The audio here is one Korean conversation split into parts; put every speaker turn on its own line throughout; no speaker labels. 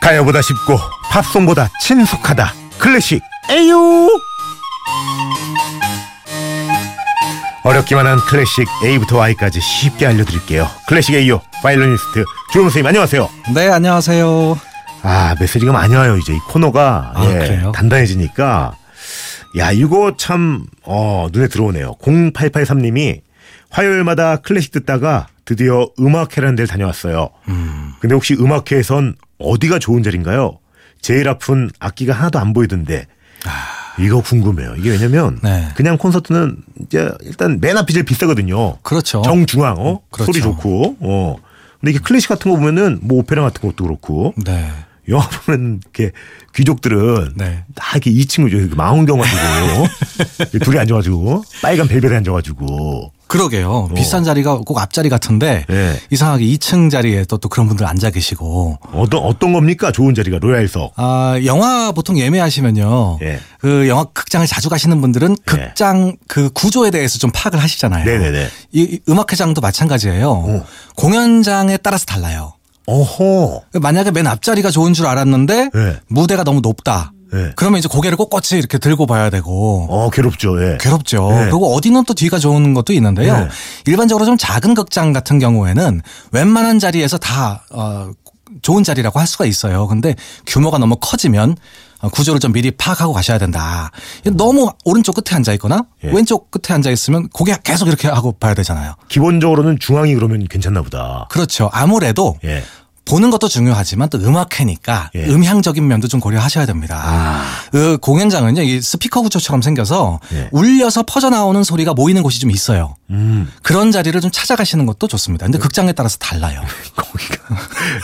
가요보다 쉽고 팝송보다 친숙하다 클래식 에유 어렵기만 한 클래식 A부터 Y까지 쉽게 알려드릴게요 클래식 A요 파일로니스트 조용 선생님 안녕하세요
네, 안녕하세요.
아 메시지가 많이 와요 이제 이 코너가 예,
아, 그래요?
단단해지니까 야 이거 참 어, 눈에 들어오네요 0883님이 화요일마다 클래식 듣다가 드디어 음악회라는 데를 다녀왔어요
음.
근데 혹시 음악회에선 어디가 좋은 자리인가요? 제일 아픈 악기가 하나도 안 보이던데 이거 궁금해요 이게 왜냐면
아. 네.
그냥 콘서트는 이제 일단 맨 앞이 제일 비싸거든요
그렇죠.
정중앙 어?
그렇죠.
소리 좋고 어 근데 이게 클래식 같은 거 보면은 뭐 오페라 같은 것도 그렇고
네.
영화 보면 이렇게 귀족들은
네.
다 이렇게 2층 이렇게 망원경 가지고 이렇게 둘이 앉아가지고 빨간 벨벳에 앉아가지고
그러게요. 비싼 자리가 꼭 앞자리 같은데
어. 예.
이상하게 2층 자리에 또, 또 그런 분들 앉아 계시고
어떤 어떤 겁니까 좋은 자리가 로얄석
아, 영화 보통 예매하시면요.
예.
그 영화 극장을 자주 가시는 분들은 극장 그 구조에 대해서 좀 파악을 하시잖아요.
네네네.
이, 이 음악회장도 마찬가지예요. 공연장에 따라서 달라요.
어허
만약에 맨 앞자리가 좋은 줄 알았는데
예.
무대가 너무 높다.
예.
그러면 이제 고개를 꼿꼿이 이렇게 들고 봐야 되고
어 괴롭죠 예
괴롭죠.
네.
그리고 어디는 또 뒤가 좋은 것도 있는데요.
네.
일반적으로 좀 작은 극장 같은 경우에는 웬만한 자리에서 다 어, 좋은 자리라고 할 수가 있어요. 근데 규모가 너무 커지면 어, 구조를 좀 미리 파악하고 가셔야 된다. 너무 오른쪽 끝에 앉아 있거나
예.
왼쪽 끝에 앉아 있으면 고개 계속 이렇게 하고 봐야 되잖아요.
기본적으로는 중앙이 그러면 괜찮나 보다
그렇죠. 아무래도
예
보는 것도 중요하지만 또 음악회니까
예. 아.
음향적인 면도 좀 고려하셔야 됩니다. 그 공연장은요, 이 스피커 구조처럼 생겨서
예.
울려서 퍼져나오는 소리가 모이는 곳이 좀 있어요.
음. 예.
그런 자리를 좀 찾아가시는 것도 좋습니다. 근데 극장에 따라서 달라요.
거기가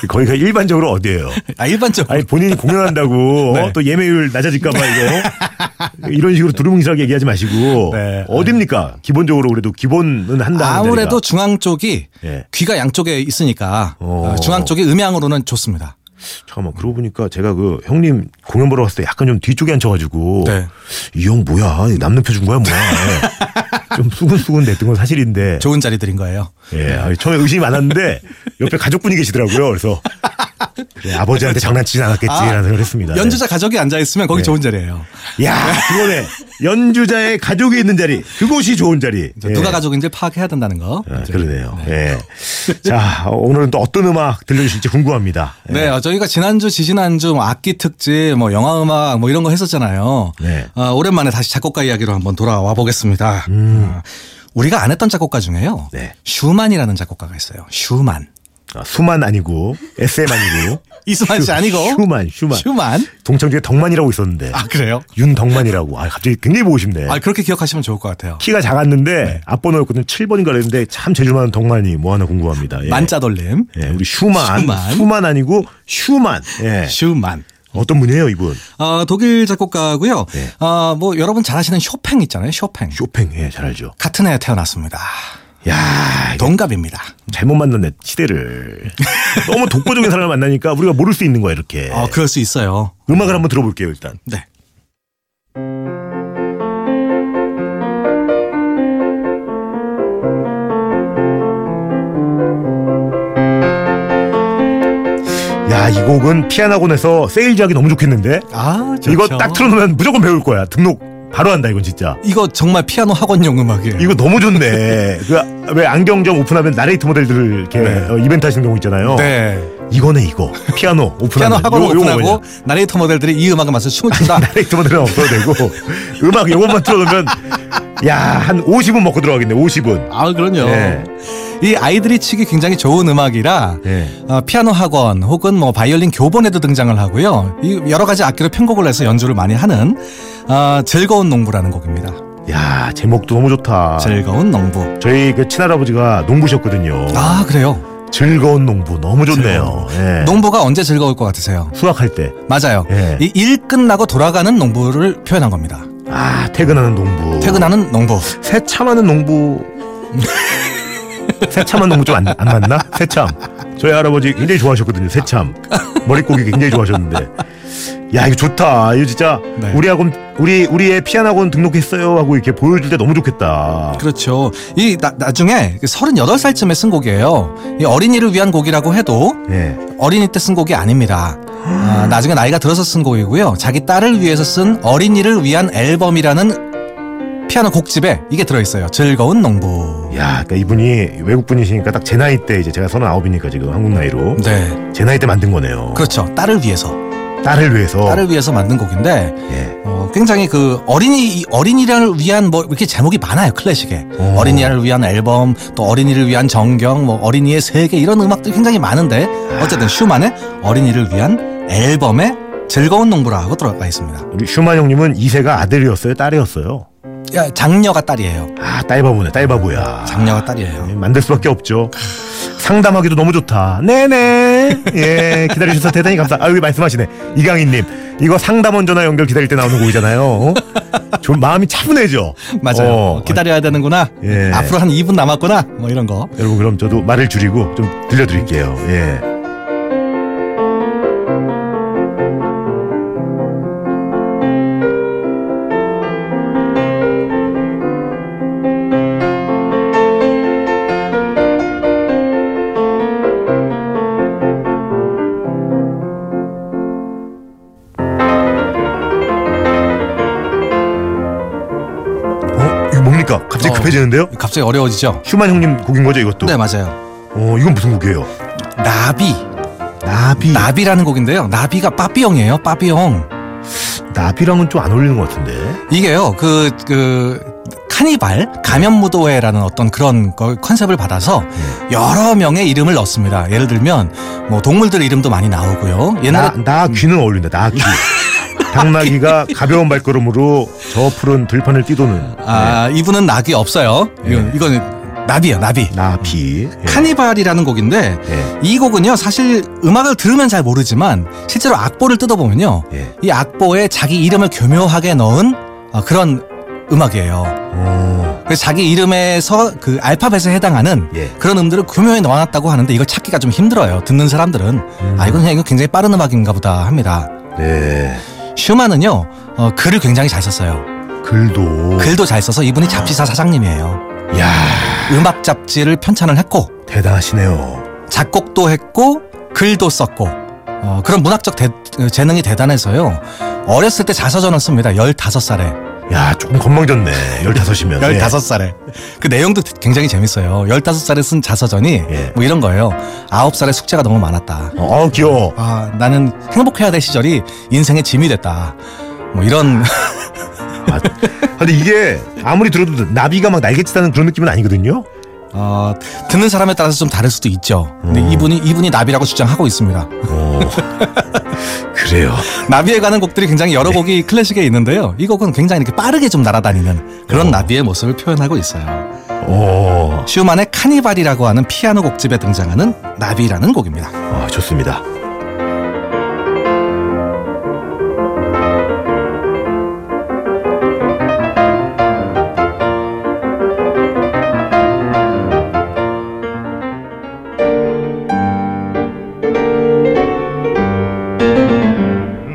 거기가 일반적으로 어디예요?
아, 일반적으로.
아니 본인이 공연한다고
네.
어? 또 예매율 낮아질까봐 이거 이런 식으로 두루뭉실하게 얘기하지 마시고
네.
어딥니까? 기본적으로 그래도 기본은 한다.
아무래도 중앙 쪽이
예.
귀가 양쪽에 있으니까
어.
어, 중앙 쪽이 음향으로는 좋습니다.
예. 잠깐만 그러고 보니까 제가 그 형님 공연 보러 갔을 때 약간 좀 뒤쪽에 앉혀가지고
네.
이 형 뭐야 이 남는 펴준 거야 뭐야 좀 수근수근 냈던 건 사실인데
좋은 자리들인 거예요.
예 아, 처음에 의심이 많았는데 옆에 가족분이 계시더라고요 그래서 네, 아버지한테 장난치진 않았겠지라는 생각을 했습니다. 네.
연주자 가족이 앉아 있으면 거기 좋은 자리예요.
야, 그거네. 연주자의 가족이 있는 자리. 그곳이 좋은 자리.
이제
예.
누가 가족인지 파악해야 된다는 거.
아,
이제.
그러네요. 예. 자, 오늘은 또 어떤 음악 들려주실지 궁금합니다. 예.
네, 어, 저희가 지난주, 지지난주 뭐 악기 특집, 뭐 영화 음악 뭐 이런 거 했었잖아요.
네.
어, 오랜만에 다시 작곡가 이야기로 한번 돌아와 보겠습니다. 어, 우리가 안 했던 작곡가 중에요.
네.
슈만이라는 작곡가가 있어요. 슈만.
아, 수만 아니고, SM 아니고.
이수만 씨
슈-
아니고.
슈만, 슈만.
슈만.
동창 중에 덕만이라고 있었는데.
아, 그래요?
윤덕만이라고. 아, 갑자기 굉장히 보고 싶네.
아, 네. 그렇게 기억하시면 좋을 것 같아요.
키가 작았는데, 앞번호였거든 7번인가 그랬는데, 참 재주많은 덕만이 뭐 하나 궁금합니다. 예.
만자 돌림.
예, 우리 슈만.
슈만.
수만 아니고, 슈만. 예.
슈만.
어떤 분이에요, 이분?
어, 독일 작곡가고요.
네.
어, 뭐 여러분 잘 아시는 쇼팽 있잖아요. 쇼팽.
쇼팽, 예, 잘 알죠.
같은 해에 태어났습니다. 예.
야
동갑입니다.
잘못 만났네 시대를 너무 독보적인 사람을 만나니까 우리가 모를 수 있는 거야 이렇게
어, 그럴 수 있어요.
음악을 한번 들어볼게요 일단
네.
야 이 곡은 피아노학원에서 세일즈하기 너무 좋겠는데
아,
이거
좋죠.
딱 틀어놓으면 무조건 배울 거야 등록 바로 한다 이건 진짜
이거 정말 피아노 학원용 음악이에요.
네. 이거 너무 좋네 그 왜 안경점 오픈하면 나레이트 모델들 이렇게 어, 이벤트 하시는 경우 있잖아요
네.
이거네 이거 피아노
피아노
오픈하면
학원
요- 네. 요거
오픈하고
그냥.
나레이터 모델들이 이 음악에 맞춰 춤을 춘다.
나레이트 모델은 없어도 되고 음악 요것만 틀어놓으면 야 한 50분 먹고 들어가겠네 50분
아, 그럼요.
예.
이 아이들이 치기 굉장히 좋은 음악이라
예.
어, 피아노 학원 혹은 뭐 바이올린 교본에도 등장을 하고요. 이 여러 가지 악기로 편곡을 해서 연주를 많이 하는 어, 즐거운 농부라는 곡입니다.
야 제목도 너무 좋다
즐거운 농부.
저희 그 친할아버지가 농부셨거든요.
아, 그래요.
즐거운 농부 너무 좋네요. 예.
농부가 언제 즐거울 것 같으세요?
수확할 때,
맞아요.
예.
이 일 끝나고 돌아가는 농부를 표현한 겁니다.
아 퇴근하는 농부,
퇴근하는 농부.
새참하는 농부, 새참한 농부 좀 안 맞나? 새참. 저희 할아버지 굉장히 좋아하셨거든요. 새참 머릿고기 굉장히 좋아하셨는데. 야 이거 좋다. 이거 진짜
네.
우리 학원 우리 우리의 피아노 학원 등록했어요 하고 이렇게 보여줄 때 너무 좋겠다.
그렇죠. 이 나, 나중에 그 38살쯤에 쓴 곡이에요. 이 어린이를 위한 곡이라고 해도
예.
어린이 때 쓴 곡이 아닙니다. 아, 나중에 나이가 들어서 쓴 곡이고요. 자기 딸을 위해서 쓴 어린이를 위한 앨범이라는 피아노 곡집에 이게 들어있어요. 즐거운 농부.
야, 그러니까 이분이 외국 분이시니까 딱 제 나이 때 이제 제가 서른 아홉이니까 지금 한국 나이로
네.
제 나이 때 만든 거네요.
그렇죠. 딸을 위해서.
딸을 위해서.
딸을 위해서 만든 곡인데
예.
어, 굉장히 그 어린이 이 어린이를 위한 뭐 이렇게 제목이 많아요 클래식에
오.
어린이를 위한 앨범 또 어린이를 위한 정경 뭐 어린이의 세계 이런 음악들 굉장히 많은데 어쨌든 슈만의 어린이를 위한 앨범에 즐거운 농부라고 들어가 있습니다.
우리 슈만 형님은 이세가 아들이었어요, 딸이었어요.
야, 장녀가 딸이에요.
아, 딸바보네, 딸바보야.
장녀가 딸이에요.
예, 만들 수밖에 없죠. 상담하기도 너무 좋다. 네네. 예, 기다려주셔서 대단히 감사. 아, 여기 말씀하시네. 이강인님. 이거 상담원 전화 연결 기다릴 때 나오는 곡이잖아요. 어? 좀 마음이 차분해져.
맞아요.
어,
기다려야 되는구나.
예.
앞으로 한 2분 남았구나. 뭐 이런 거.
여러분, 그럼 저도 말을 줄이고 좀 들려드릴게요. 예. 어? 이거 뭡니까? 갑자기
어.
급해지는데요?
갑자기 어려워지죠.
휴만 형님 곡인 거죠 이것도?
네 맞아요.
어 이건 무슨 곡이에요?
나비
나비.
나비라는 곡인데요. 나비가 빠삐용이에요. 빠삐용.
나비. 랑은 좀 안 어울리는 것 같은데.
이게요, 그, 그, 카니발, 가면무도회라는 어떤 그런 걸 컨셉을 받아서 여러 명의 이름을 넣습니다. 예를 들면, 뭐, 동물들 이름도 많이 나오고요.
나,
옛날에,
나 귀는 어울린다. 나 귀. 당나귀가 가벼운 발걸음으로 저 푸른 들판을 뛰도는
아, 이분은 낙이 없어요. 이건, 이건 나비예요, 나비.
나비. 예.
카니발이라는 곡인데,
예.
이 곡은요, 사실 음악을 들으면 잘 모르지만, 실제로 악보를 뜯어보면요,
예.
이 악보에 자기 이름을 교묘하게 넣은 어, 그런 음악이에요.
어,
그래서 자기 이름에서 그 알파벳에 해당하는
예.
그런 음들을 교묘히 넣어놨다고 하는데 이걸 찾기가 좀 힘들어요. 듣는 사람들은 아 이건 그냥 이거 굉장히 빠른 음악인가 보다 합니다.
네.
슈만은요 어, 글을 굉장히 잘 썼어요.
글도.
글도 잘 써서 이분이 잡지사 사장님이에요.
야
음악 잡지를 편찬을 했고
대단하시네요.
작곡도 했고 글도 썼고 어, 그런 문학적 대- 재능이 대단해서요. 어렸을 때 자서전을 씁니다. 15살에.
야 조금 건망졌네. 열다섯이면. 예.
15살에. 그 내용도 굉장히 재밌어요. 15살에 쓴 자서전이
예.
뭐 이런 거예요. 9살에 숙제가 너무 많았다.
예. 어 귀여워.
아, 나는 행복해야 될 시절이 인생의 짐이 됐다. 뭐 이런
아, 근데 이게 아무리 들어도 나비가 막 날개치다는 그런 느낌은 아니거든요.
어, 듣는 사람에 따라서 좀 다를 수도 있죠. 근데 이분이 이분이 나비라고 주장하고 있습니다.
어. 그래요.
나비에 관한 곡들이 굉장히 여러 곡이 클래식에 있는데요. 이 곡은 굉장히 이렇게 빠르게 좀 날아다니는 그런
어.
나비의 모습을 표현하고 있어요.
어.
슈만의 카니발이라고 하는 피아노 곡집에 등장하는 나비라는 곡입니다.
아, 좋습니다.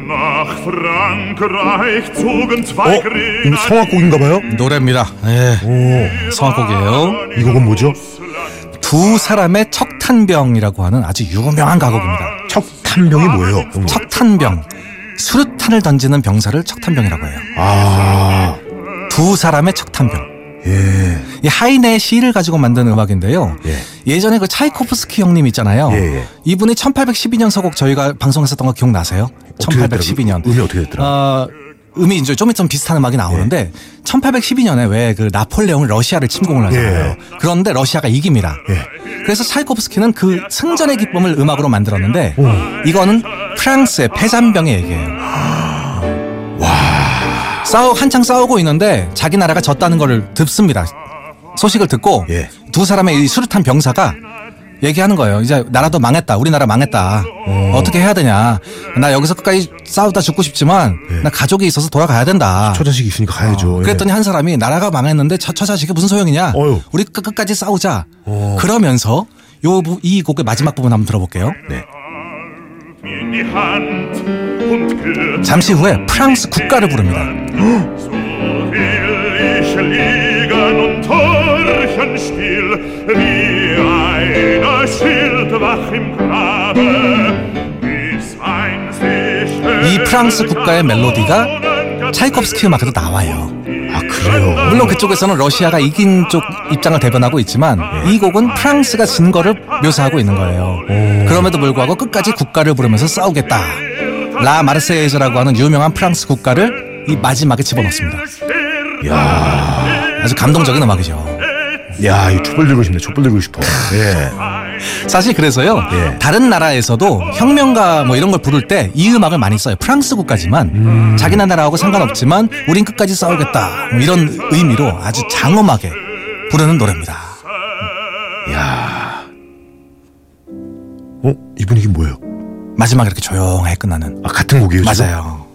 Nach Frankreich zogen
어?
zwei
이거 성악곡인가봐요?
노래입니다. 예.
오,
성악곡이에요.
이곡은 뭐죠?
두 사람의 척탄병이라고 하는 아주 유명한 가곡입니다.
척탄병이 뭐예요? 형님?
척탄병. 수류탄을 던지는 병사를 척탄병이라고 해요.
아,
두 사람의 척탄병.
예.
이 하이네의 시를 가지고 만든 음악인데요. 예. 전에그 차이코프스키 형님 있잖아요.
예, 예.
이분이 1812년 서곡 저희가 방송했었던 거 기억나세요?
어떻게 됐더라?
1812년.
음이 어떻게 됐더라?
어, 음이 이제 좀 있으면 비슷한 음악이 나오는데 1812년에 왜 그 나폴레옹이 러시아를 침공을 하잖아요. 그런데 러시아가 이깁니다. 그래서 차이코프스키는 그 승전의 기쁨을 음악으로 만들었는데 이거는 프랑스의 패잔병의 얘기예요. 싸우 한창 싸우고 있는데 자기 나라가 졌다는 걸 듣습니다. 소식을 듣고
예.
두 사람의 이 수류탄 병사가 얘기하는 거예요. 이제 나라도 망했다. 우리나라 망했다.
음.
어떻게 해야 되냐. 나 여기서 끝까지 싸우다 죽고 싶지만
네.
나 가족이 있어서 돌아가야 된다.
처자식 있으니까 가야죠. 예.
아, 그랬더니 한 사람이 나라가 망했는데 저 처자식이 무슨 소용이냐.
어휴.
우리 끝- 끝까지 싸우자.
어.
그러면서 요, 부- 이 곡의 마지막 부분 한번 들어볼게요.
예. 네.
Mir in die Hand und kürzlich
잠시 후에 프랑스 국가를 부릅니다.
So will ich liegen und horchen still, wie einer Schild wach im Grabe, bis ein See
이 프랑스 국가의 멜로디가 차이콥스키 음악에도 나와요.
아, 그래요.
물론 그쪽에서는 러시아가 이긴 쪽 입장을 대변하고 있지만 이 곡은 프랑스가 진 거를 묘사하고 있는 거예요. 그럼에도 불구하고 끝까지 국가를 부르면서 싸우겠다. 라 마르세이즈라고 하는 유명한 프랑스 국가를 이 마지막에 집어넣습니다. 아주 감동적인 음악이죠.
야, 이 촛불 들고 싶네. 촛불 들고 싶어. 예.
사실 그래서요.
예.
다른 나라에서도 혁명가 뭐 이런 걸 부를 때 이 음악을 많이 써요. 프랑스 국까지만 자기네 나라하고 상관없지만 우린 끝까지 싸우겠다. 뭐 이런 의미로 아주 장엄하게 부르는 노래입니다.
어? 이 분위기 뭐예요?
마지막에 이렇게 조용하게 끝나는
아, 같은 곡이에요. 지금?
맞아요.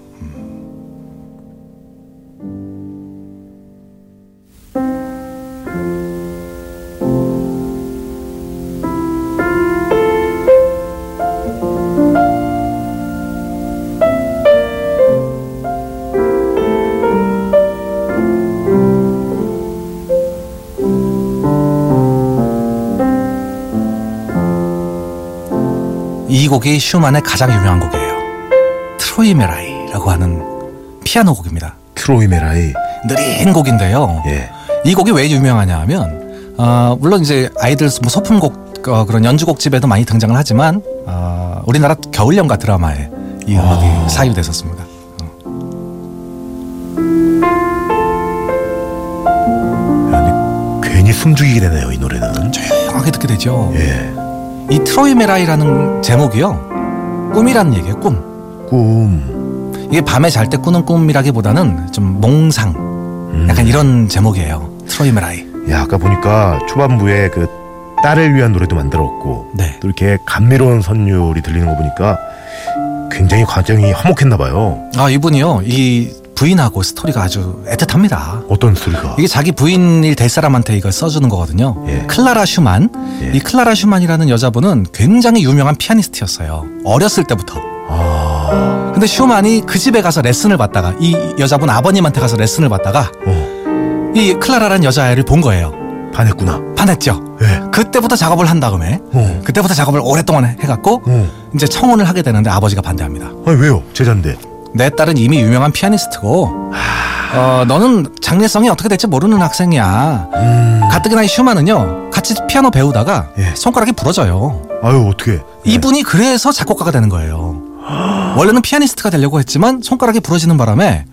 이 곡이 슈만의 가장 유명한 곡이에요. 트로이메라이라고 하는 피아노 곡입니다.
트로이 메라이.
느린 곡인데요.
예.
이 곡이 왜 유명하냐 하면 아, 물론 이제 아이들 뭐 소품곡 어, 그런 연주곡 집에도 많이 등장을 하지만 아, 우리나라 겨울연가 드라마에 이
아.
음악이 사유됐었습니다.
야, 근데 괜히 숨죽이게 되네요, 이 노래는.
조용하게 듣게 되죠.
예.
이 트로이메라이라는 제목이요. 꿈이라는 얘기예요. 꿈.
꿈.
이게 밤에 잘 때 꾸는 꿈이라기보다는 좀 몽상.
음.
약간 이런 제목이에요. 트로이메라이.
야, 아까 보니까 초반부에 그 딸을 위한 노래도 만들었고
네.
또 이렇게 감미로운 선율이 들리는 거 보니까 굉장히 과정이 화목했나 봐요.
아 이분이요. 이 부인하고 스토리가 아주 애틋합니다.
어떤 소리가?
이게 자기 부인일 될 사람한테 이걸 써주는 거거든요.
예.
클라라 슈만.
예.
이 클라라 슈만이라는 여자분은 굉장히 유명한 피아니스트였어요. 어렸을 때부터.
아,
근데 슈만이 그 집에 가서 레슨을 받다가 이 여자분 아버님한테 가서 레슨을 받다가
어,
이 클라라라는 여자애를 본 거예요.
반했구나.
반했죠.
예.
그때부터 작업을 한 다음에
어.
그때부터 작업을 오랫동안 해갖고
어.
이제 청혼을 하게 되는데 아버지가 반대합니다.
아니 왜요? 제자인데.
내 딸은 이미 유명한 피아니스트고 어, 너는 장래성이 어떻게 될지 모르는 학생이야.
음.
가뜩이나 이 슈만은요 같이 피아노 배우다가
예.
손가락이 부러져요.
아유, 어떻게?
이분이 그래서 작곡가가 되는 거예요. 원래는 피아니스트가 되려고 했지만 손가락이 부러지는 바람에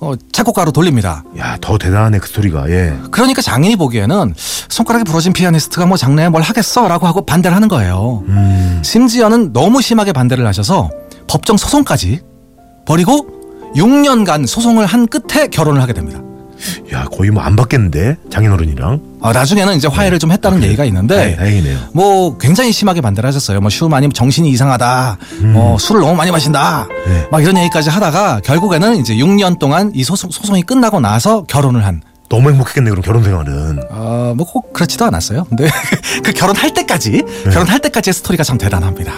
어, 작곡가로 돌립니다.
야, 더 대단하네 그 소리가. 예.
그러니까 장인이 보기에는 손가락이 부러진 피아니스트가 뭐 장래에 뭘 하겠어라고 하고 반대를 하는 거예요.
음.
심지어는 너무 심하게 반대를 하셔서 법정 소송까지 벌이고 6년간 소송을 한 끝에 결혼을 하게 됩니다.
야, 거의 뭐 안 받겠는데 장인어른이랑.
아, 나중에는 이제 화해를 좀
아,
했다는 얘기가
다행-
있는데
다행이네요.
뭐 굉장히 심하게 반대를 하셨어요. 뭐 슈만이 정신이 이상하다. 뭐 술을 너무 많이 마신다.
음. 네.
막 이런 얘기까지 하다가 결국에는 이제 6년 동안 이 소송, 소송이 끝나고 나서 결혼을 한.
너무 행복했겠네 그럼 결혼 생활은.
어, 뭐 꼭 그렇지도 않았어요. 근데 그 결혼할 때까지
네.
결혼할 때까지의 스토리가 참 대단합니다.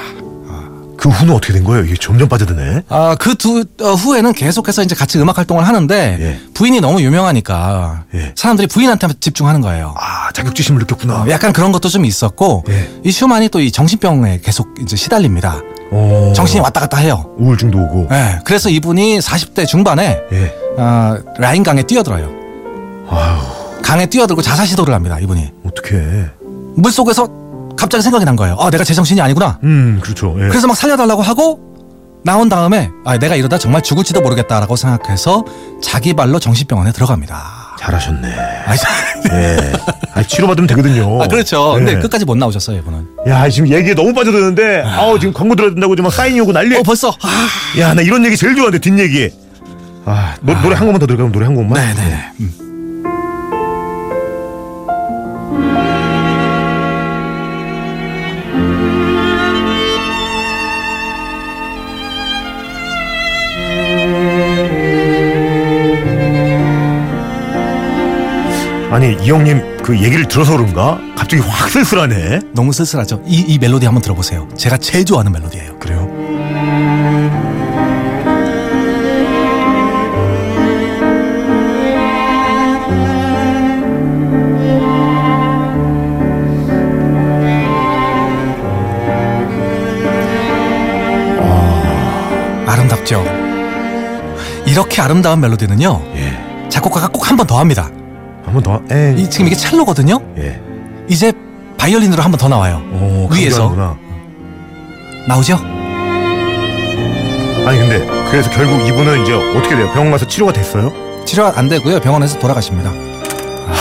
그 후는 어떻게 된 거예요? 이게 점점 빠져드네.
아, 그 두 후에는 계속해서 이제 같이 음악 활동을 하는데
예.
부인이 너무 유명하니까
예.
사람들이 부인한테 집중하는 거예요.
아, 자격지심을 느꼈구나.
어, 약간 그런 것도 좀 있었고
예.
이 슈만이 또 이 정신병에 계속 이제 시달립니다.
어.
정신이 왔다 갔다 해요.
우울증도 오고.
예, 그래서 이분이 40대 중반에
예.
아, 라인 강에 뛰어들어요.
아유,
강에 뛰어들고 자살 시도를 합니다. 이분이
어떡해.
물 속에서 갑자기 생각이 난 거예요. 아, 내가 제정신이 아니구나.
음, 그렇죠. 예.
그래서 막 살려달라고 하고 나온 다음에 아, 내가 이러다 정말 죽을지도 모르겠다라고 생각해서 자기 발로 정신병원에 들어갑니다.
잘하셨네.
아,
예. 아, 치료받으면 되거든요.
아, 그렇죠.
예.
근데 끝까지 못 나오셨어요, 이분은.
야, 지금 얘기에 너무 빠져드는데, 아우, 지금 광고 들어야 된다고 지금 막 사인이 오고 난리.
어, 벌써. 아,
야, 나 이런 얘기 제일 좋아하는데, 뒷얘기. 아, 노, 노래 한 곡만 더 들어가면 노래 한 곡만? 음.
네네. 음.
아니, 이 형님, 그 얘기를 들어서 그런가? 갑자기 확 쓸쓸하네.
너무 쓸쓸하죠. 이, 이 멜로디 한번 들어보세요. 제가 제일 좋아하는 멜로디예요.
그래요?
있죠. 아, 이렇게 아름다운 멜로디는요.
예.
작곡가가 꼭 한 번 더 합니다.
한번 더. 에.
이, 지금 이게 첼로거든요.
예.
이제 바이올린으로 한 번 더 나와요.
오,
위에서
강조하는구나.
나오죠?
아니 근데 그래서 결국 이분은 이제 어떻게 돼요? 병원 가서 치료가 됐어요?
치료 안 되고요. 병원에서 돌아가십니다. 아,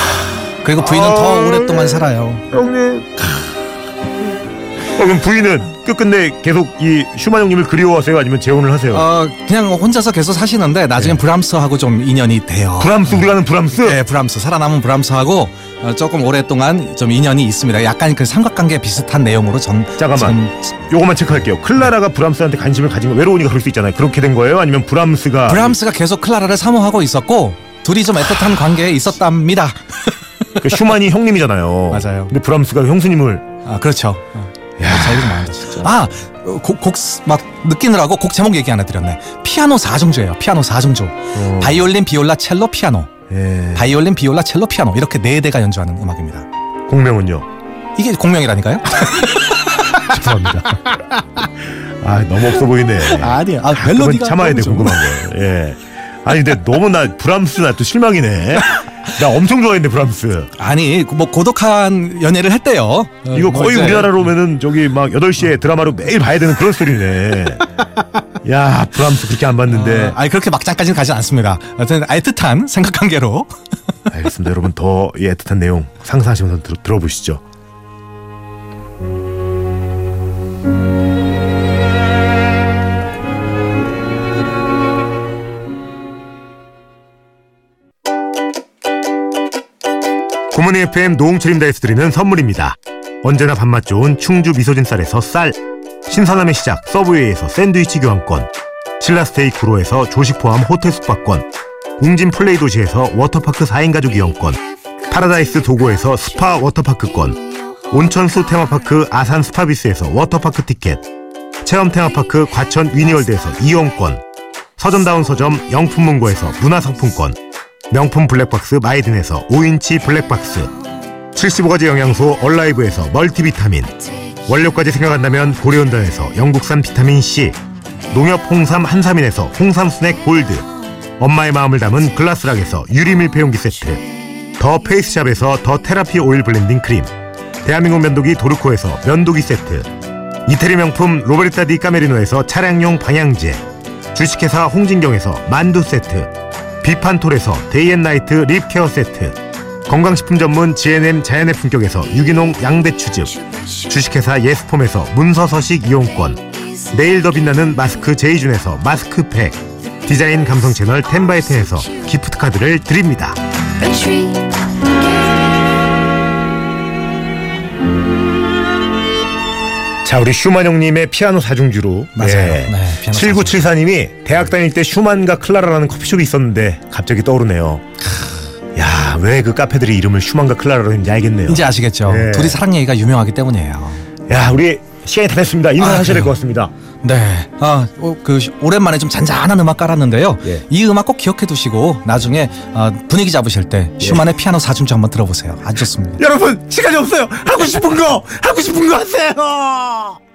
그리고 부인은
아,
더
네.
오랫동안 살아요.
형님. 어, 그럼 부인은 끝끝내 계속 이 슈만 형님을 그리워하세요? 아니면 재혼을 하세요?
어, 그냥 혼자서 계속 사시는데 나중에
네.
브람스하고 좀 인연이 돼요.
브람스 우리가 아는 브람스?
네, 브람스 살아남은 브람스하고 어, 조금 오랫동안 좀 인연이 있습니다. 약간 그 삼각관계 비슷한 내용으로 전
잠깐만.
지금
요것만 체크할게요. 클라라가 브람스한테 관심을 가진 거 외로우니까 그럴 수 있잖아요. 그렇게 된 거예요? 아니면 네. 브람스가
브람스가 계속 클라라를 사모하고 있었고 둘이 좀 애틋한 관계에 있었답니다.
그 슈만이 형님이잖아요.
맞아요.
근데 브람스가 형수님을
아 그렇죠. 어. 자유를 만다 진짜. 아, 아곡곡막 느끼느라고 곡 제목 얘기 안 해드렸네. 피아노 4중조예요. 피아노 4중조. 바이올린, 비올라, 첼로, 피아노.
예.
바이올린, 비올라, 첼로, 피아노 이렇게 네 대가 연주하는 음악입니다.
공명은요.
이게 공명이라니까요?
죄송합니다. 아 너무 없어 보이네.
아니에요. 아,
그건
멜로디가
참아야 돼
너무 좋아.
궁금한 거. 예. 아니 근데 너무 나 브람스 나 또 실망이네. 나 엄청 좋아했는데 브람스.
아니 뭐 고독한 연애를 했대요. 어,
이거
뭐
거의
이제
우리나라로 오면은 저기 막 8시에 드라마로 매일 봐야 되는 그런 소리네. 야, 브람스 그렇게 안 봤는데.
어, 아니 그렇게 막장까지는 가진 않습니다. 하여튼 애틋한 생각관계로
알겠습니다. 여러분 더 이 애틋한 내용 상상하시면서 들, 들어보시죠. 구모니 FM 노홍철입니다에서 드리는 선물입니다. 언제나 밥맛 좋은 충주 미소진 쌀에서 쌀 신선함의 시작 서브웨이에서 샌드위치 교환권 신라스테이 구로에서 조식 포함 호텔 숙박권 웅진 플레이 도시에서 워터파크 4인 가족 이용권 파라다이스 도고에서 스파 워터파크권 온천수 테마파크 아산 스파비스에서 워터파크 티켓 체험 테마파크 과천 위니월드에서 이용권 서점다운 서점 영품문고에서 문화상품권 명품 블랙박스 마이든에서 5인치 블랙박스 75가지 영양소 얼라이브에서 멀티비타민 원료까지 생각한다면 고려온단에서 영국산 비타민C 농협 홍삼 한삼인에서 홍삼 스낵 골드 엄마의 마음을 담은 글라스락에서 유리 밀폐용기 세트 더 페이스샵에서 더 테라피 오일 블렌딩 크림 대한민국 면도기 도르코에서 면도기 세트 이태리 명품 로베르타 디 까메리노에서 차량용 방향제 주식회사 홍진경에서 만두 세트 비판톨에서 데이앤나이트 립케어 세트 건강식품 전문 GNM 자연의 품격에서 유기농 양배추즙 주식회사 예스폼에서 문서서식 이용권 내일 더 빛나는 마스크 제이준에서 마스크팩 디자인 감성 채널 텐바이트에서 기프트카드를 드립니다
A tree.
자 우리 슈만 형님의 피아노 사중주로
맞아요. 네, 피아노
7974님이 대학 다닐 때 슈만과 클라라라는 커피숍이 있었는데 갑자기 떠오르네요 야 왜 그 카페들이 이름을 슈만과 클라라로 했는지 알겠네요
이제 아시겠죠.
네.
둘이 사랑 얘기가 유명하기 때문이에요.
야 우리 시간이 다 됐습니다 인사하셔야 될
아, 그래요?
것 같습니다
네. 아, 어, 그 오랜만에 좀 잔잔한 음악 깔았는데요.
예.
이 음악 꼭 기억해 두시고 나중에 아, 분위기 잡으실 때 슈만의 피아노 사중주 한번 들어보세요. 아주 좋습니다.
여러분 시간이 없어요 하고 싶은 거 하고 싶은 거 하세요